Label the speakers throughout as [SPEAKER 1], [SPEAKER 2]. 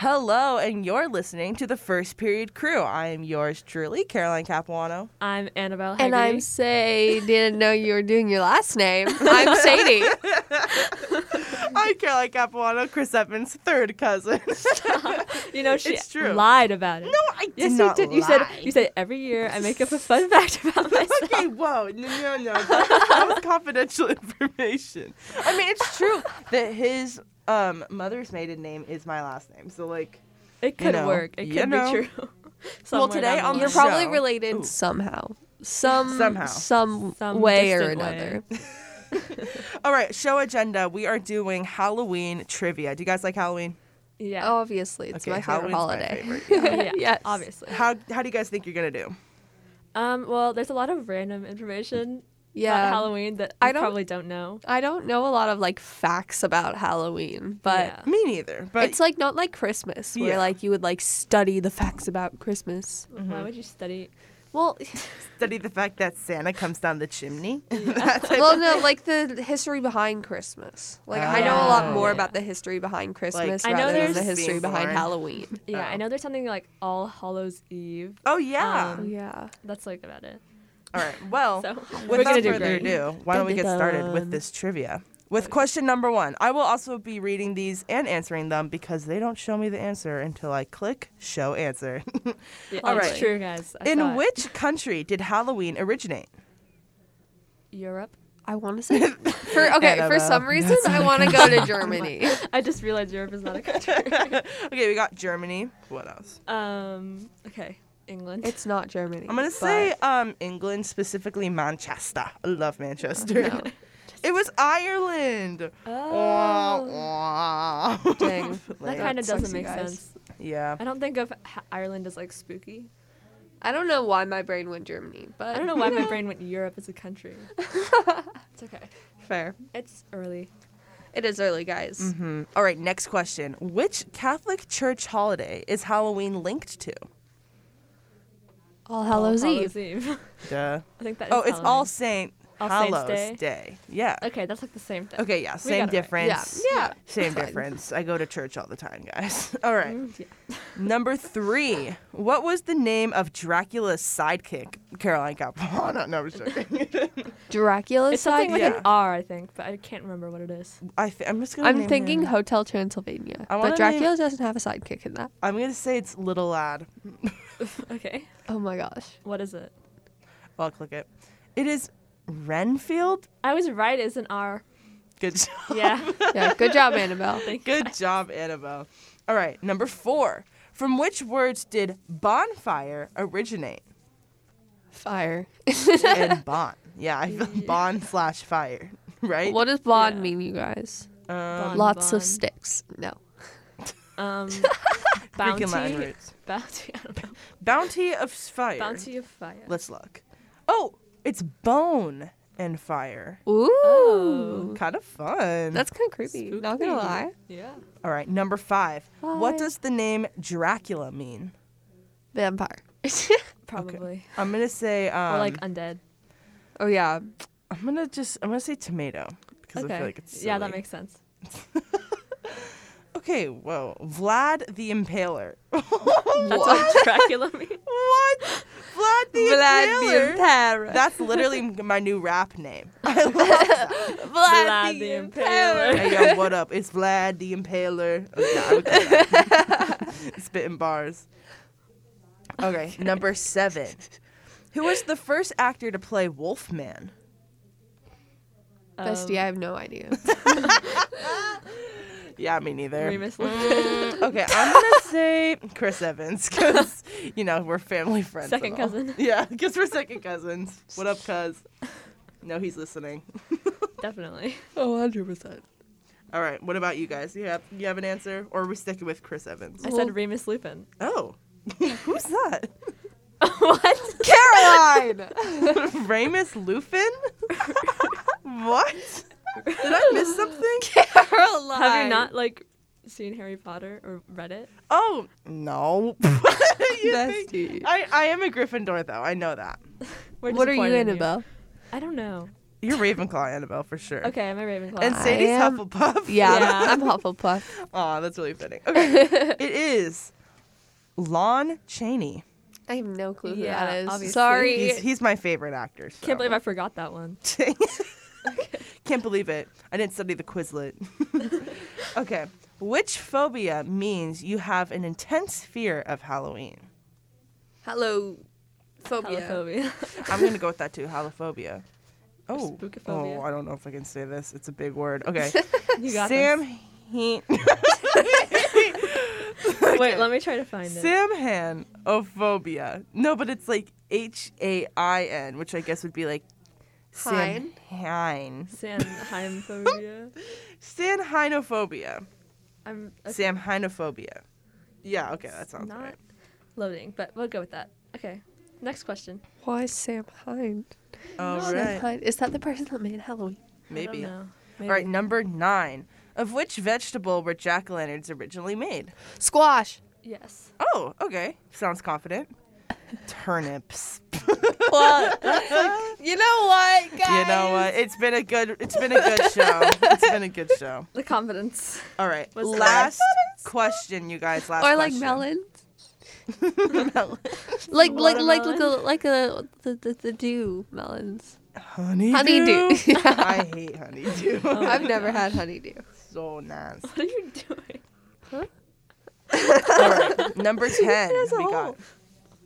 [SPEAKER 1] Hello, and you're listening to the First Period Crew. I am yours truly, Caroline Capuano.
[SPEAKER 2] I'm Annabelle.
[SPEAKER 3] And I'm say didn't know you were doing your last name. I'm Sadie.
[SPEAKER 1] I'm Caroline Capuano, Chris Evans' third cousin.
[SPEAKER 2] you know she
[SPEAKER 1] It's true.
[SPEAKER 2] lied about it.
[SPEAKER 1] No, I did
[SPEAKER 2] yes,
[SPEAKER 1] not
[SPEAKER 2] you did. You said
[SPEAKER 1] lie.
[SPEAKER 2] you said every year I make up a fun fact about myself.
[SPEAKER 1] okay, whoa, no, no, no. That, that was confidential information. I mean, it's true that his um, mother's maiden name is my last name. So, like,
[SPEAKER 2] It could
[SPEAKER 1] know,
[SPEAKER 2] work. It
[SPEAKER 1] you
[SPEAKER 2] could
[SPEAKER 1] know.
[SPEAKER 2] be true. Somewhere
[SPEAKER 1] today
[SPEAKER 2] down
[SPEAKER 1] on
[SPEAKER 2] the
[SPEAKER 3] You're
[SPEAKER 1] So-
[SPEAKER 2] line.
[SPEAKER 3] probably related
[SPEAKER 1] Ooh.
[SPEAKER 3] somehow. Some
[SPEAKER 1] Somehow.
[SPEAKER 3] Some,
[SPEAKER 2] Some
[SPEAKER 3] way or
[SPEAKER 2] distant way.
[SPEAKER 3] another.
[SPEAKER 1] all right, show agenda. We are doing Halloween trivia. Do you guys like Halloween?
[SPEAKER 2] yeah.
[SPEAKER 1] Oh,
[SPEAKER 3] Obviously, it's my
[SPEAKER 1] Halloween's
[SPEAKER 3] favorite
[SPEAKER 1] my
[SPEAKER 3] holiday.
[SPEAKER 1] favorite,
[SPEAKER 2] yeah,
[SPEAKER 3] Yes.
[SPEAKER 2] obviously.
[SPEAKER 1] How, how do you guys think you're going to do?
[SPEAKER 2] Um, well, there's a lot of random information about
[SPEAKER 3] Yeah.
[SPEAKER 2] Halloween that
[SPEAKER 3] I
[SPEAKER 2] I
[SPEAKER 3] don't-
[SPEAKER 2] probably don't know.
[SPEAKER 3] I don't know a lot of like facts about Halloween, but
[SPEAKER 2] Yeah.
[SPEAKER 1] Me neither. But
[SPEAKER 3] it's like not like Christmas where
[SPEAKER 1] Yeah.
[SPEAKER 3] like you would like study the facts about Christmas.
[SPEAKER 1] Mm-hmm.
[SPEAKER 2] Why would you study?
[SPEAKER 3] Well,
[SPEAKER 1] study the fact that Santa comes down the chimney. That type
[SPEAKER 3] well,
[SPEAKER 1] of-
[SPEAKER 3] no, like the history behind Christmas. Like I know a
[SPEAKER 2] Oh.
[SPEAKER 3] lot
[SPEAKER 1] Ah.
[SPEAKER 3] more
[SPEAKER 2] Yeah.
[SPEAKER 3] about the history behind Christmas
[SPEAKER 2] I know
[SPEAKER 3] rather than the
[SPEAKER 2] there's-
[SPEAKER 3] history
[SPEAKER 1] being
[SPEAKER 3] behind
[SPEAKER 1] born.
[SPEAKER 3] Halloween.
[SPEAKER 2] Yeah, I
[SPEAKER 1] Oh.
[SPEAKER 2] know there's something like All Hallows Eve.
[SPEAKER 1] Oh, yeah.
[SPEAKER 2] Um,
[SPEAKER 3] Yeah.
[SPEAKER 2] That's like about it.
[SPEAKER 1] All right. Well,
[SPEAKER 2] So we're
[SPEAKER 1] Oh. without
[SPEAKER 2] gonna do
[SPEAKER 1] further
[SPEAKER 2] great.
[SPEAKER 1] ado, why don't we get started with this trivia? With question number one, I will also be reading these and answering them because they don't show me the answer until I click show answer.
[SPEAKER 2] Yeah,
[SPEAKER 1] All
[SPEAKER 2] it's
[SPEAKER 1] right.
[SPEAKER 2] true, guys. I
[SPEAKER 1] In
[SPEAKER 2] saw it.
[SPEAKER 1] which country did Halloween originate?
[SPEAKER 2] Europe?
[SPEAKER 3] I want to say for okay
[SPEAKER 1] Annabelle,
[SPEAKER 3] for some reason
[SPEAKER 1] that's
[SPEAKER 3] I
[SPEAKER 1] not
[SPEAKER 3] want to go to Germany.
[SPEAKER 2] I just realized Europe is not a country.
[SPEAKER 1] okay, we got Germany. What else?
[SPEAKER 2] um, okay, England.
[SPEAKER 3] it's not Germany.
[SPEAKER 1] I'm gonna
[SPEAKER 3] but-
[SPEAKER 1] say um, England, specifically Manchester. I love Manchester. It was Ireland. Wah,
[SPEAKER 2] oh,
[SPEAKER 1] wah.
[SPEAKER 3] Dang.
[SPEAKER 2] that
[SPEAKER 1] Like,
[SPEAKER 2] kind of
[SPEAKER 3] sucks,
[SPEAKER 2] doesn't
[SPEAKER 3] you
[SPEAKER 2] make
[SPEAKER 3] guys.
[SPEAKER 2] sense.
[SPEAKER 1] yeah.
[SPEAKER 2] I don't think of Ha- Ireland as like spooky.
[SPEAKER 3] I don't know why my brain went Germany, but
[SPEAKER 2] I don't know why my brain went Europe as a country. it's okay.
[SPEAKER 3] Fair.
[SPEAKER 2] It's early.
[SPEAKER 3] It is early, guys.
[SPEAKER 1] Mhm. All right, next question. Which Catholic church holiday is Halloween linked to?
[SPEAKER 3] All
[SPEAKER 2] All
[SPEAKER 3] Hallows Eve.
[SPEAKER 2] Hallows Eve.
[SPEAKER 1] Duh.
[SPEAKER 2] I think that is
[SPEAKER 1] Oh, it's All
[SPEAKER 2] Halloween.
[SPEAKER 1] Saint
[SPEAKER 2] All Saints
[SPEAKER 1] Hallows
[SPEAKER 2] Day. Uh,
[SPEAKER 1] Day. Yeah.
[SPEAKER 2] Okay, that's like the same thing.
[SPEAKER 1] Okay, yeah,
[SPEAKER 2] got it
[SPEAKER 1] same
[SPEAKER 2] right.
[SPEAKER 1] difference.
[SPEAKER 3] Yeah, yeah,
[SPEAKER 1] Same
[SPEAKER 3] it's fine.
[SPEAKER 1] difference. I go to church all the time, guys. All right.
[SPEAKER 2] Mm, yeah.
[SPEAKER 1] Number three. What was the name of Dracula's sidekick? Caroline Capuano. No, I'm just joking.
[SPEAKER 3] Dracula
[SPEAKER 2] It's
[SPEAKER 3] side.
[SPEAKER 2] something with
[SPEAKER 1] yeah.
[SPEAKER 2] an R, I think, but I can't remember what it is.
[SPEAKER 1] I th- I'm just gonna. name
[SPEAKER 3] I'm
[SPEAKER 1] him-
[SPEAKER 3] thinking Hotel Transylvania,
[SPEAKER 1] I
[SPEAKER 3] but
[SPEAKER 1] wanna
[SPEAKER 3] Dracula doesn't have a sidekick in that.
[SPEAKER 1] I'm gonna say it's Little Lad.
[SPEAKER 2] okay,
[SPEAKER 3] Oh my gosh.
[SPEAKER 2] what is it?
[SPEAKER 1] Well, I'll click it. It is Renfield.
[SPEAKER 2] I was right. It's an R.
[SPEAKER 1] Good job.
[SPEAKER 2] Yeah.
[SPEAKER 3] Yeah, good job, Annabelle.
[SPEAKER 1] Good job, Annabelle. All right, number four. From which words did bonfire originate?
[SPEAKER 3] Fire.
[SPEAKER 1] and bond. Yeah, I feel bond slash fire, right?
[SPEAKER 3] What does blonde
[SPEAKER 2] Yeah.
[SPEAKER 3] mean, you guys?
[SPEAKER 1] Um,
[SPEAKER 2] Bond,
[SPEAKER 3] Lots
[SPEAKER 2] bond.
[SPEAKER 3] of sticks. No.
[SPEAKER 2] Um, bounty.
[SPEAKER 1] Freaking Latin roots.
[SPEAKER 2] Bounty. I don't know.
[SPEAKER 1] Bounty of fire.
[SPEAKER 2] Bounty of fire.
[SPEAKER 1] Let's look. Oh, it's bone and fire.
[SPEAKER 3] Ooh.
[SPEAKER 2] Oh.
[SPEAKER 1] Kind of fun.
[SPEAKER 3] That's kind of creepy. Not gonna
[SPEAKER 2] Spooky.
[SPEAKER 3] lie.
[SPEAKER 2] Yeah.
[SPEAKER 1] All right, number five. What
[SPEAKER 3] Hi.
[SPEAKER 1] does the name Dracula mean?
[SPEAKER 3] Vampire.
[SPEAKER 2] Probably.
[SPEAKER 1] I'm gonna say. Um,
[SPEAKER 2] or like undead.
[SPEAKER 3] oh yeah.
[SPEAKER 1] I'm gonna just. I'm gonna say tomato because I
[SPEAKER 2] Okay.
[SPEAKER 1] feel like it's.
[SPEAKER 2] yeah, that
[SPEAKER 1] silly.
[SPEAKER 2] makes sense.
[SPEAKER 1] Okay, whoa. Vlad the Impaler.
[SPEAKER 2] That's what Dracula means.
[SPEAKER 1] What? Vlad the Impaler?
[SPEAKER 3] Impaler.
[SPEAKER 1] That's literally m- my new rap name. I love that.
[SPEAKER 2] Vlad the Impaler.
[SPEAKER 1] Hey, yo, what up? It's Vlad the Impaler. Okay, I would cut that. Spitting bars. Okay, number seven. Who was the first actor to play Wolfman?
[SPEAKER 2] Um,
[SPEAKER 3] Bestie, I have no idea.
[SPEAKER 1] Yeah, me neither.
[SPEAKER 2] Remus
[SPEAKER 1] Mm, okay, I'm gonna say Chris Evans because you know we're family friends. and
[SPEAKER 2] Second
[SPEAKER 1] all.
[SPEAKER 2] cousin.
[SPEAKER 1] Yeah, because we're second cousins. What up, cuz? No, he's listening.
[SPEAKER 2] Definitely.
[SPEAKER 3] Oh, 100 percent.
[SPEAKER 1] All right, what about you guys? You have you have an answer, or are we sticking with Chris Evans?
[SPEAKER 2] I
[SPEAKER 3] Well-
[SPEAKER 2] said Remus Lupin.
[SPEAKER 1] Oh, who's that?
[SPEAKER 2] what?
[SPEAKER 3] Caroline.
[SPEAKER 1] Ramus Lupin? what? Did I miss something?
[SPEAKER 3] Caroline.
[SPEAKER 2] Have you not like seen Harry Potter or read it?
[SPEAKER 1] Oh no. You think-
[SPEAKER 3] Bestie.
[SPEAKER 1] I I am a Gryffindor though. I know that.
[SPEAKER 2] We're
[SPEAKER 3] What are you,
[SPEAKER 2] disappointed in
[SPEAKER 3] Annabelle?
[SPEAKER 2] I don't know.
[SPEAKER 1] You're Ravenclaw, Annabelle, for sure.
[SPEAKER 2] Okay, I'm a Ravenclaw.
[SPEAKER 1] And Sadie's
[SPEAKER 3] am-
[SPEAKER 1] Hufflepuff.
[SPEAKER 3] Yeah,
[SPEAKER 2] Yeah.
[SPEAKER 3] I'm, I'm Hufflepuff.
[SPEAKER 1] Aw, that's really fitting. Okay. it is Lon Chaney.
[SPEAKER 3] I have no clue who
[SPEAKER 2] Yeah,
[SPEAKER 3] that is.
[SPEAKER 2] obviously.
[SPEAKER 3] Sorry.
[SPEAKER 1] He's, he's my favorite actor. so.
[SPEAKER 2] Can't believe I forgot that one.
[SPEAKER 1] Dang. Can't believe it. I didn't study the Quizlet. okay. Which phobia means you have an intense fear of Halloween?
[SPEAKER 3] Hello. Phobia.
[SPEAKER 2] Halophobia.
[SPEAKER 1] I'm going to go with that too, halophobia. Oh,
[SPEAKER 2] Spookophobia.
[SPEAKER 1] oh, I don't know if I can say this. It's a big word. Okay.
[SPEAKER 2] you got
[SPEAKER 1] Sam Heen.
[SPEAKER 2] this. Wait, let me try to find it.
[SPEAKER 1] Samhan phobia. No, but it's like H A I N, which I guess would be like
[SPEAKER 3] Hein?
[SPEAKER 1] Samhain.
[SPEAKER 2] Samheimphobia.
[SPEAKER 1] Samhainophobia.
[SPEAKER 2] I'm okay,
[SPEAKER 1] Samhainophobia. Yeah, okay, that sounds
[SPEAKER 2] not
[SPEAKER 1] right.
[SPEAKER 2] loading, but we'll go with that. Okay. Next question.
[SPEAKER 3] Why Sam Hine?
[SPEAKER 1] All
[SPEAKER 3] Sam
[SPEAKER 1] right,
[SPEAKER 3] Hine. Is that the person that made Halloween?
[SPEAKER 2] I
[SPEAKER 1] maybe.
[SPEAKER 2] don't
[SPEAKER 1] All
[SPEAKER 2] know.
[SPEAKER 1] right,
[SPEAKER 2] Maybe.
[SPEAKER 1] number nine. Of which vegetable were jack o' lanterns originally made?
[SPEAKER 3] Squash.
[SPEAKER 2] Yes.
[SPEAKER 1] Oh, okay. Sounds confident. Turnips.
[SPEAKER 3] Well, you know what,
[SPEAKER 1] You know what? It's been a good. It's been a good show. It's been a good show.
[SPEAKER 2] The confidence.
[SPEAKER 1] All right.
[SPEAKER 2] Was that-
[SPEAKER 1] last question, you guys. Last
[SPEAKER 3] Or like
[SPEAKER 1] question.
[SPEAKER 3] melons. Like like like like a
[SPEAKER 2] Watermelon.
[SPEAKER 3] like a the the, the dew melons.
[SPEAKER 1] Honeydew.
[SPEAKER 3] Honeydew.
[SPEAKER 1] I hate honeydew.
[SPEAKER 3] I've never had honeydew.
[SPEAKER 1] so nasty.
[SPEAKER 2] What are you doing?
[SPEAKER 1] All right, number ten.
[SPEAKER 2] There's a
[SPEAKER 1] we got.
[SPEAKER 2] hole.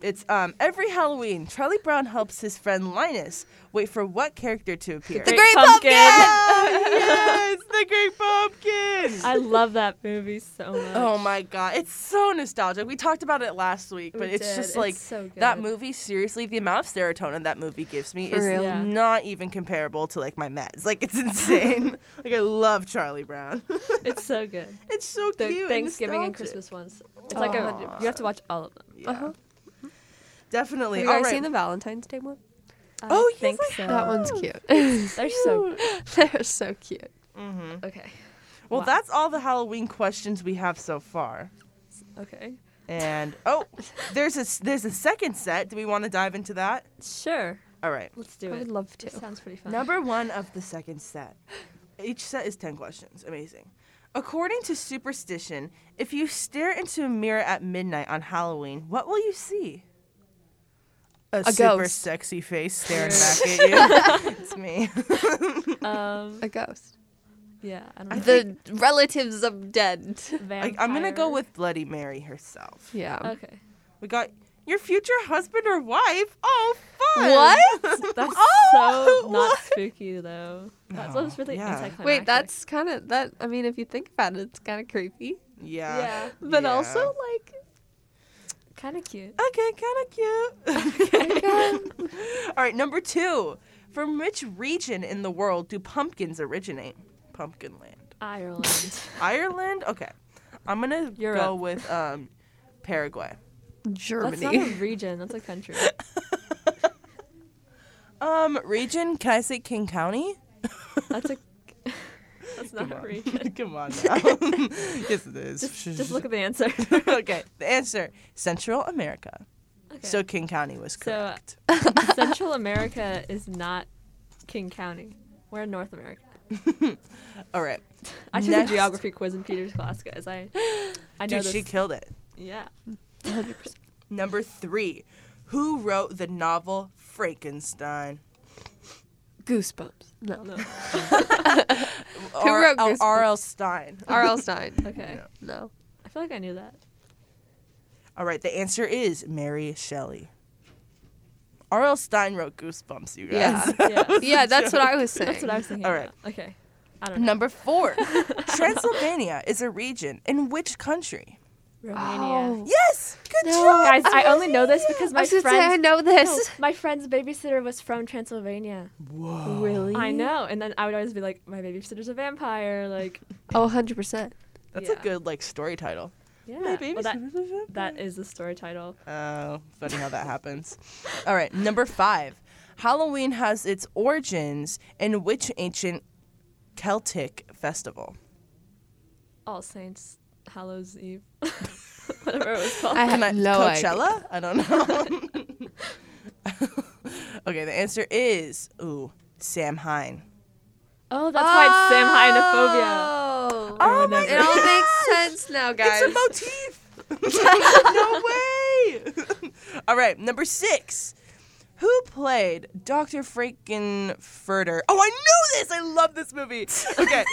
[SPEAKER 1] It's um every Halloween, Charlie Brown helps his friend Linus wait for what character to appear?
[SPEAKER 3] The
[SPEAKER 2] Great
[SPEAKER 3] great
[SPEAKER 2] pumpkin.
[SPEAKER 3] pumpkin.
[SPEAKER 1] Oh, yes, the Great Pumpkin.
[SPEAKER 2] I love that movie so much.
[SPEAKER 1] Oh my god, it's so nostalgic. We talked about it last week, but
[SPEAKER 2] We
[SPEAKER 1] it's
[SPEAKER 2] did.
[SPEAKER 1] just like
[SPEAKER 2] so good.
[SPEAKER 1] that movie. Seriously, the amount of serotonin that movie gives me
[SPEAKER 3] For
[SPEAKER 1] is
[SPEAKER 3] real.
[SPEAKER 2] Yeah.
[SPEAKER 1] not even comparable to like my meds. Like it's insane. like I love Charlie Brown.
[SPEAKER 2] It's so good.
[SPEAKER 1] it's so
[SPEAKER 2] The
[SPEAKER 1] cute.
[SPEAKER 2] Thanksgiving and
[SPEAKER 1] nostalgic.
[SPEAKER 2] Christmas ones. It's like a,
[SPEAKER 1] Aw.
[SPEAKER 2] you have to watch all of them.
[SPEAKER 1] Yeah.
[SPEAKER 3] Uh-huh. Have
[SPEAKER 1] Definitely.
[SPEAKER 3] you
[SPEAKER 1] All
[SPEAKER 3] guys
[SPEAKER 1] right.
[SPEAKER 3] seen the Valentine's Day one?
[SPEAKER 2] I
[SPEAKER 1] Oh, yes,
[SPEAKER 2] think
[SPEAKER 1] I
[SPEAKER 2] so.
[SPEAKER 3] That one's cute.
[SPEAKER 2] They're so
[SPEAKER 3] They're so cute.
[SPEAKER 1] Mhm.
[SPEAKER 2] okay.
[SPEAKER 1] Well,
[SPEAKER 2] Wow.
[SPEAKER 1] that's all the Halloween questions we have so far.
[SPEAKER 2] Okay.
[SPEAKER 1] And oh, there's a s- there's a second set. Do we want to dive into that?
[SPEAKER 2] Sure.
[SPEAKER 1] All right.
[SPEAKER 2] Let's do
[SPEAKER 3] I would
[SPEAKER 2] it.
[SPEAKER 3] love to.
[SPEAKER 2] This sounds pretty fun.
[SPEAKER 1] Number one of the second set. Each set is 10 questions. Amazing. According to superstition, if you stare into a mirror at midnight on Halloween, what will you see? A, super
[SPEAKER 3] ghost.
[SPEAKER 1] sexy face staring back at you. it's me.
[SPEAKER 2] Um.
[SPEAKER 3] A ghost.
[SPEAKER 2] Yeah. I don't know.
[SPEAKER 3] The relatives of dead.
[SPEAKER 1] I, I'm going to go
[SPEAKER 2] Vampire.
[SPEAKER 1] with Bloody Mary herself.
[SPEAKER 3] Yeah.
[SPEAKER 2] Okay.
[SPEAKER 1] We got your future husband or wife. Oh, fun.
[SPEAKER 3] What?
[SPEAKER 2] That's
[SPEAKER 1] Oh,
[SPEAKER 2] so
[SPEAKER 1] what?
[SPEAKER 2] not spooky though. That
[SPEAKER 1] No.
[SPEAKER 2] sounds really
[SPEAKER 1] Yeah.
[SPEAKER 2] anticlimactic.
[SPEAKER 3] Wait, that's kind of that. I mean, if you think about it, it's kind of creepy,
[SPEAKER 1] Yeah.
[SPEAKER 2] yeah.
[SPEAKER 3] but
[SPEAKER 1] Yeah.
[SPEAKER 3] also like,
[SPEAKER 2] Kind of cute.
[SPEAKER 1] Okay,
[SPEAKER 3] Oh
[SPEAKER 1] kind of cute. All right, number two. From which region in the world do pumpkins originate? Pumpkin land.
[SPEAKER 2] Ireland.
[SPEAKER 1] Ireland? Okay. I'm going to go
[SPEAKER 2] Europe.
[SPEAKER 1] with um, Paraguay.
[SPEAKER 2] that's not a
[SPEAKER 3] Germany.
[SPEAKER 2] region. That's a country.
[SPEAKER 1] Um, region? Can I say King County?
[SPEAKER 2] That's a. That's not
[SPEAKER 1] Come
[SPEAKER 2] a
[SPEAKER 1] on.
[SPEAKER 2] region.
[SPEAKER 1] Come on now. yes, it is.
[SPEAKER 2] Just, just look at the answer.
[SPEAKER 1] okay, the answer Central America.
[SPEAKER 2] Okay.
[SPEAKER 1] So King County was
[SPEAKER 2] So, uh,
[SPEAKER 1] correct.
[SPEAKER 2] Central America is not King County. We're in North America.
[SPEAKER 1] All right.
[SPEAKER 2] I took
[SPEAKER 1] Next.
[SPEAKER 2] a geography quiz in Peter's class, guys. I, I know
[SPEAKER 1] Dude,
[SPEAKER 2] this.
[SPEAKER 1] she killed it.
[SPEAKER 2] yeah.
[SPEAKER 1] Number three. Who wrote the novel Frankenstein?
[SPEAKER 3] Goosebumps. No.
[SPEAKER 2] No.
[SPEAKER 1] Who
[SPEAKER 3] wrote Goosebumps?
[SPEAKER 1] R.L. Stein.
[SPEAKER 3] R.L. Stein.
[SPEAKER 2] Okay.
[SPEAKER 1] Yeah.
[SPEAKER 3] No.
[SPEAKER 2] I feel like I knew that.
[SPEAKER 1] All right, the answer is Mary Shelley. R.L. Stein wrote Goosebumps, you guys.
[SPEAKER 3] Yeah.
[SPEAKER 1] That was a
[SPEAKER 3] Yeah, that's what I
[SPEAKER 1] joke.
[SPEAKER 3] was saying.
[SPEAKER 2] That's what I was thinking.
[SPEAKER 1] All right.
[SPEAKER 2] about. Okay. I don't know.
[SPEAKER 1] Number four. Transylvania is a region in which country?
[SPEAKER 2] Romania.
[SPEAKER 3] Oh.
[SPEAKER 1] Yes! Good
[SPEAKER 3] No.
[SPEAKER 1] job!
[SPEAKER 2] Guys, I only know this because
[SPEAKER 3] I
[SPEAKER 2] my
[SPEAKER 3] was gonna
[SPEAKER 2] friends.
[SPEAKER 3] say I know this.
[SPEAKER 2] No, my friend's babysitter was from Transylvania.
[SPEAKER 1] Whoa.
[SPEAKER 3] Really?
[SPEAKER 2] Oh. I know, and then I would always be like, "My babysitter's a vampire." Like,
[SPEAKER 3] Oh, 100 percent.
[SPEAKER 1] That's
[SPEAKER 2] Yeah.
[SPEAKER 1] a good like story title.
[SPEAKER 2] yeah.
[SPEAKER 1] My
[SPEAKER 2] well, that,
[SPEAKER 1] babysitter's a
[SPEAKER 2] that is the story title.
[SPEAKER 1] Oh, funny how that happens. All right, number five. Halloween has its origins in which ancient Celtic festival?
[SPEAKER 2] All Saints Hallows Eve, whatever it was called.
[SPEAKER 3] I have
[SPEAKER 1] Can I-
[SPEAKER 3] no idea.
[SPEAKER 1] Coachella? I don't know. okay, the answer is ooh Sam Hine.
[SPEAKER 2] Oh, that's why it's Sam Hynophobia.
[SPEAKER 3] Oh.
[SPEAKER 1] Oh my
[SPEAKER 3] It all
[SPEAKER 1] God.
[SPEAKER 3] makes sense now, guys.
[SPEAKER 1] It's a motif. no way. All right, number six. Who played Dr. Frankenfurter? Oh, I knew this. I love this movie. Okay.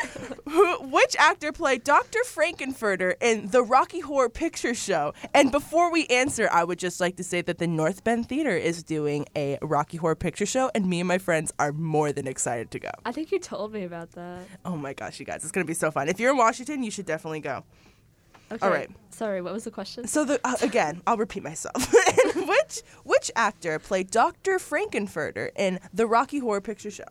[SPEAKER 1] Who, which actor played Dr. Frankenfurter in The Rocky Horror Picture Show? And before we answer, I would just like to say that the North Bend Theater is doing a Rocky Horror Picture Show, and me and my friends are more than excited to go.
[SPEAKER 2] I think you told me about that.
[SPEAKER 1] Oh my gosh, you guys, it's going to be so fun. If you're in Washington, you should definitely go.
[SPEAKER 2] Okay.
[SPEAKER 1] right.
[SPEAKER 2] Sorry, what was the question?
[SPEAKER 1] So the, uh, again, I'll repeat myself. which which actor played Dr. Frankenfurter in The Rocky Horror Picture Show?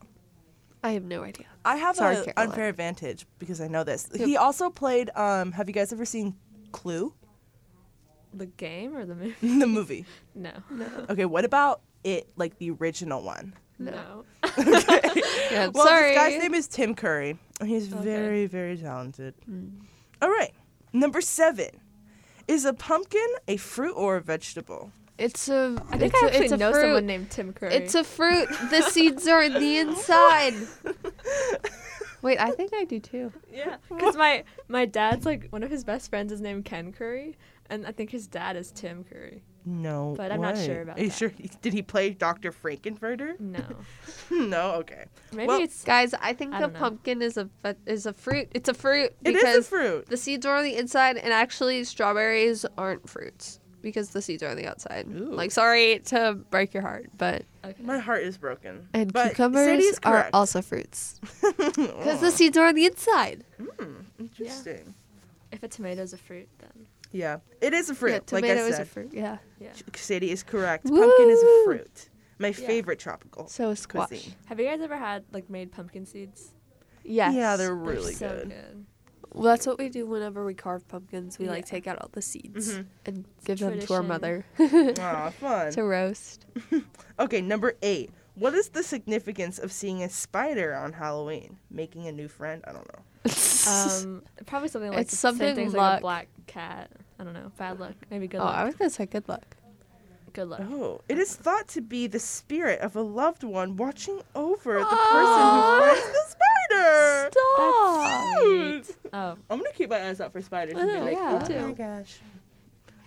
[SPEAKER 3] I have no idea.
[SPEAKER 1] I have
[SPEAKER 3] Sorry,
[SPEAKER 1] an
[SPEAKER 3] Caroline.
[SPEAKER 1] unfair advantage because I know this. He also played. Um, have you guys ever seen Clue,
[SPEAKER 2] The game or the movie?
[SPEAKER 1] the movie?
[SPEAKER 2] No. No.
[SPEAKER 1] Okay, what about it, like the original one?
[SPEAKER 2] No.
[SPEAKER 3] Yeah, I'm
[SPEAKER 1] Well,
[SPEAKER 3] sorry.
[SPEAKER 1] this guy's name is Tim Curry, and he's
[SPEAKER 2] Okay. Hmm.
[SPEAKER 1] very very talented. All right, number seven is a pumpkin a fruit or a vegetable?
[SPEAKER 3] it's a.
[SPEAKER 2] I think
[SPEAKER 3] it's
[SPEAKER 2] I
[SPEAKER 3] a-
[SPEAKER 2] actually
[SPEAKER 3] it's a
[SPEAKER 2] know
[SPEAKER 3] fruit.
[SPEAKER 2] someone named Tim Curry.
[SPEAKER 3] It's a fruit. The seeds are in the inside. Wait, I think I do too.
[SPEAKER 2] yeah, because my my dad's like one of his best friends is named Ken Curry, and I think his dad is Tim Curry.
[SPEAKER 1] No,
[SPEAKER 2] But I'm not
[SPEAKER 1] way.
[SPEAKER 2] sure about
[SPEAKER 1] Are you
[SPEAKER 2] that.
[SPEAKER 1] sure? Did he play Dr. Frankenfurter?
[SPEAKER 2] No,
[SPEAKER 1] Hmm, no, okay.
[SPEAKER 2] maybe
[SPEAKER 1] Well,
[SPEAKER 2] it's
[SPEAKER 3] Guys, I think
[SPEAKER 2] I
[SPEAKER 3] the
[SPEAKER 2] don't know.
[SPEAKER 3] pumpkin is a fe- is a fruit. It's a fruit
[SPEAKER 1] It
[SPEAKER 3] because
[SPEAKER 1] is a fruit.
[SPEAKER 3] the seeds are on the inside, and actually, strawberries aren't fruits because the seeds are on the outside.
[SPEAKER 1] Ooh.
[SPEAKER 3] Like, sorry to break your heart, but
[SPEAKER 2] okay.
[SPEAKER 1] My heart is broken.
[SPEAKER 3] and
[SPEAKER 1] But
[SPEAKER 3] cucumbers
[SPEAKER 1] Sadie's
[SPEAKER 3] are
[SPEAKER 1] correct.
[SPEAKER 3] also fruits because the
[SPEAKER 1] Oh,
[SPEAKER 3] seeds are on the inside.
[SPEAKER 1] interesting.
[SPEAKER 2] if a tomato's a fruit, then
[SPEAKER 1] Yeah. it is a fruit.
[SPEAKER 3] yeah,
[SPEAKER 1] like I
[SPEAKER 3] tomato is
[SPEAKER 1] said,
[SPEAKER 3] a fruit. Yeah,
[SPEAKER 2] yeah.
[SPEAKER 1] Sadie is correct. Pumpkin is a
[SPEAKER 3] Woo!
[SPEAKER 1] fruit. My favorite tropical
[SPEAKER 3] so is squash.
[SPEAKER 1] cuisine.
[SPEAKER 2] Have you guys ever had like made pumpkin seeds?
[SPEAKER 3] Yes.
[SPEAKER 1] Yeah, they're
[SPEAKER 2] They're
[SPEAKER 1] really
[SPEAKER 2] so
[SPEAKER 1] good.
[SPEAKER 3] Well, that's what we do whenever we carve pumpkins. We like
[SPEAKER 2] Yeah. Mm-hmm.
[SPEAKER 3] take out all the seeds
[SPEAKER 1] Mhm.
[SPEAKER 3] and give them to our
[SPEAKER 2] tradition.
[SPEAKER 3] mother
[SPEAKER 1] Aw, fun.
[SPEAKER 3] to roast.
[SPEAKER 1] okay, number eight. What is the significance of seeing a spider on Halloween? Making a new friend? I don't know.
[SPEAKER 2] Um, probably something like
[SPEAKER 3] It's
[SPEAKER 2] the
[SPEAKER 3] something
[SPEAKER 2] same thing as, like
[SPEAKER 3] luck.
[SPEAKER 2] a black cat. I don't know. Bad luck. Maybe good
[SPEAKER 3] oh, I
[SPEAKER 2] luck.
[SPEAKER 3] was gonna say good luck.
[SPEAKER 2] Good luck.
[SPEAKER 1] Oh, it is thought to be the spirit of a loved one watching over the person
[SPEAKER 3] Aw.
[SPEAKER 1] who finds the spider.
[SPEAKER 3] Stop.
[SPEAKER 1] Cute.
[SPEAKER 2] Oh,
[SPEAKER 1] I'm gonna keep my eyes out for spiders. and be
[SPEAKER 3] Oh,
[SPEAKER 1] like,
[SPEAKER 3] yeah.
[SPEAKER 1] oh my
[SPEAKER 2] Too.
[SPEAKER 1] gosh,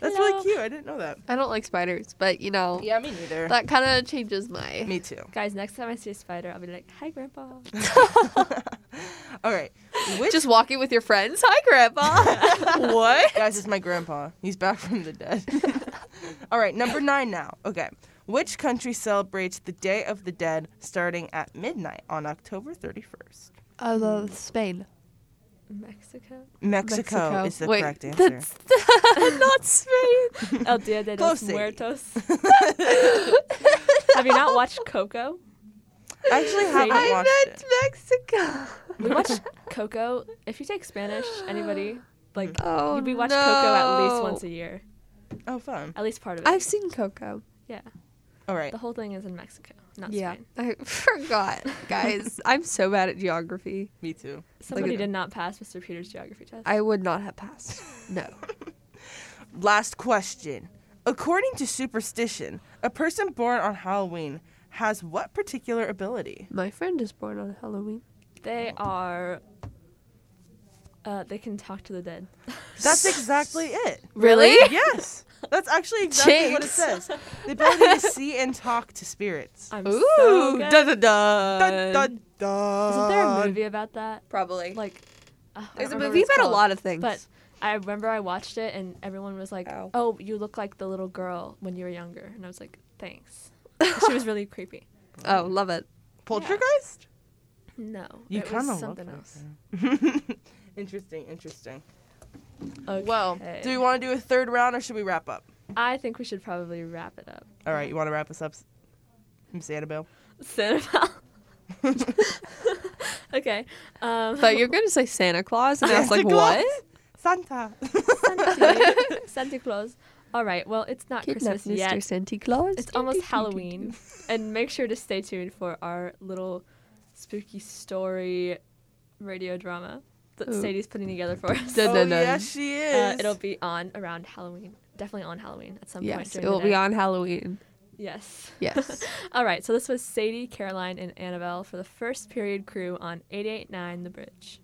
[SPEAKER 1] that's
[SPEAKER 2] Hello.
[SPEAKER 1] really cute. I didn't know that.
[SPEAKER 3] I don't like spiders, but you know
[SPEAKER 1] Yeah, me neither.
[SPEAKER 3] that kind of changes my.
[SPEAKER 1] me too.
[SPEAKER 2] guys, next time I see a spider, I'll be like, "Hi, Grandpa."
[SPEAKER 1] All right, which
[SPEAKER 3] Just walking with your friends. Hi, Grandpa. what?
[SPEAKER 1] guys it's my grandpa. He's back from the dead. All right, number nine now. Okay, which country celebrates the Day of the Dead starting at midnight on October 31st?
[SPEAKER 3] I love Spain.
[SPEAKER 2] Mexico.
[SPEAKER 1] Mexico, is the
[SPEAKER 3] Wait,
[SPEAKER 1] correct answer.
[SPEAKER 3] That's not Spain.
[SPEAKER 2] El Dia de
[SPEAKER 1] Close,
[SPEAKER 2] los
[SPEAKER 1] Sadie.
[SPEAKER 2] Muertos. Have you not watched Coco?
[SPEAKER 1] I actually haven't
[SPEAKER 2] I
[SPEAKER 1] watched it.
[SPEAKER 3] meant Mexico.
[SPEAKER 2] We watched Coco. If you take Spanish, anybody like
[SPEAKER 3] Oh
[SPEAKER 2] we watch
[SPEAKER 3] no.
[SPEAKER 2] Coco at least once a year,
[SPEAKER 1] Oh, fun.
[SPEAKER 2] at least part of it.
[SPEAKER 3] I've seen Coco.
[SPEAKER 2] yeah,
[SPEAKER 1] All right.
[SPEAKER 2] the whole thing is in Mexico, not
[SPEAKER 3] yeah,
[SPEAKER 2] Spain.
[SPEAKER 3] I forgot, guys. I'm so bad at geography.
[SPEAKER 1] Me too.
[SPEAKER 2] Somebody
[SPEAKER 1] at
[SPEAKER 2] did not pass Mr. Peters' geography test.
[SPEAKER 3] I would not have passed. No.
[SPEAKER 1] Last question. According to superstition, a person born on Halloween has what particular ability?
[SPEAKER 3] My friend is born on Halloween.
[SPEAKER 2] they are. Uh, they can talk to the dead.
[SPEAKER 1] That's exactly it.
[SPEAKER 3] Really?
[SPEAKER 1] Yes. That's actually exactly what it
[SPEAKER 3] Jinx.
[SPEAKER 1] says. The ability to see and talk to spirits.
[SPEAKER 2] I'm
[SPEAKER 3] Ooh.
[SPEAKER 2] so good.
[SPEAKER 3] dun, dun, dun.
[SPEAKER 1] Dun, dun, dun.
[SPEAKER 2] Isn't there a movie about that?
[SPEAKER 3] Probably.
[SPEAKER 2] Like, uh, I
[SPEAKER 3] There's a
[SPEAKER 2] don't remember
[SPEAKER 3] movie
[SPEAKER 2] what it's
[SPEAKER 3] about a
[SPEAKER 2] called.
[SPEAKER 3] lot of things.
[SPEAKER 2] But I remember I watched it and everyone was like,
[SPEAKER 3] Ow.
[SPEAKER 2] "Oh, you look like the little girl when you were younger," and I was like, "Thanks." she was really creepy.
[SPEAKER 3] oh, love it.
[SPEAKER 1] Poltergeist?
[SPEAKER 2] No,
[SPEAKER 1] You
[SPEAKER 2] it
[SPEAKER 1] kind
[SPEAKER 2] was
[SPEAKER 1] of
[SPEAKER 2] something
[SPEAKER 1] something
[SPEAKER 2] else.
[SPEAKER 1] interesting, interesting.
[SPEAKER 2] Okay.
[SPEAKER 1] Well, do we want to do a third round or should we wrap up?
[SPEAKER 2] I think we should probably wrap it up.
[SPEAKER 1] All right, you want to wrap us up, S- Miss Annabelle?
[SPEAKER 2] Cinema. okay. Um,
[SPEAKER 3] Thought you were gonna say Santa Claus, and I was like,
[SPEAKER 1] Santa Claus?
[SPEAKER 3] what?
[SPEAKER 1] Santa.
[SPEAKER 2] Santa, Santa Claus. All right. Well, it's not Christmas yet.
[SPEAKER 3] Santa Claus.
[SPEAKER 2] It's almost Halloween, and make sure to stay tuned for our little spooky story radio drama that
[SPEAKER 3] Ooh.
[SPEAKER 2] Sadie's putting together for us.
[SPEAKER 3] Dun,
[SPEAKER 1] oh,
[SPEAKER 3] dun, dun.
[SPEAKER 1] yes, she is.
[SPEAKER 2] Uh, it'll be on around Halloween. Definitely on Halloween at some point.
[SPEAKER 3] Yes,
[SPEAKER 2] during
[SPEAKER 3] it will
[SPEAKER 2] the day.
[SPEAKER 3] be on Halloween.
[SPEAKER 2] Yes.
[SPEAKER 3] Yes.
[SPEAKER 2] All right, so this was Sadie, Caroline, and Annabelle for the first period crew on 889 The Bridge.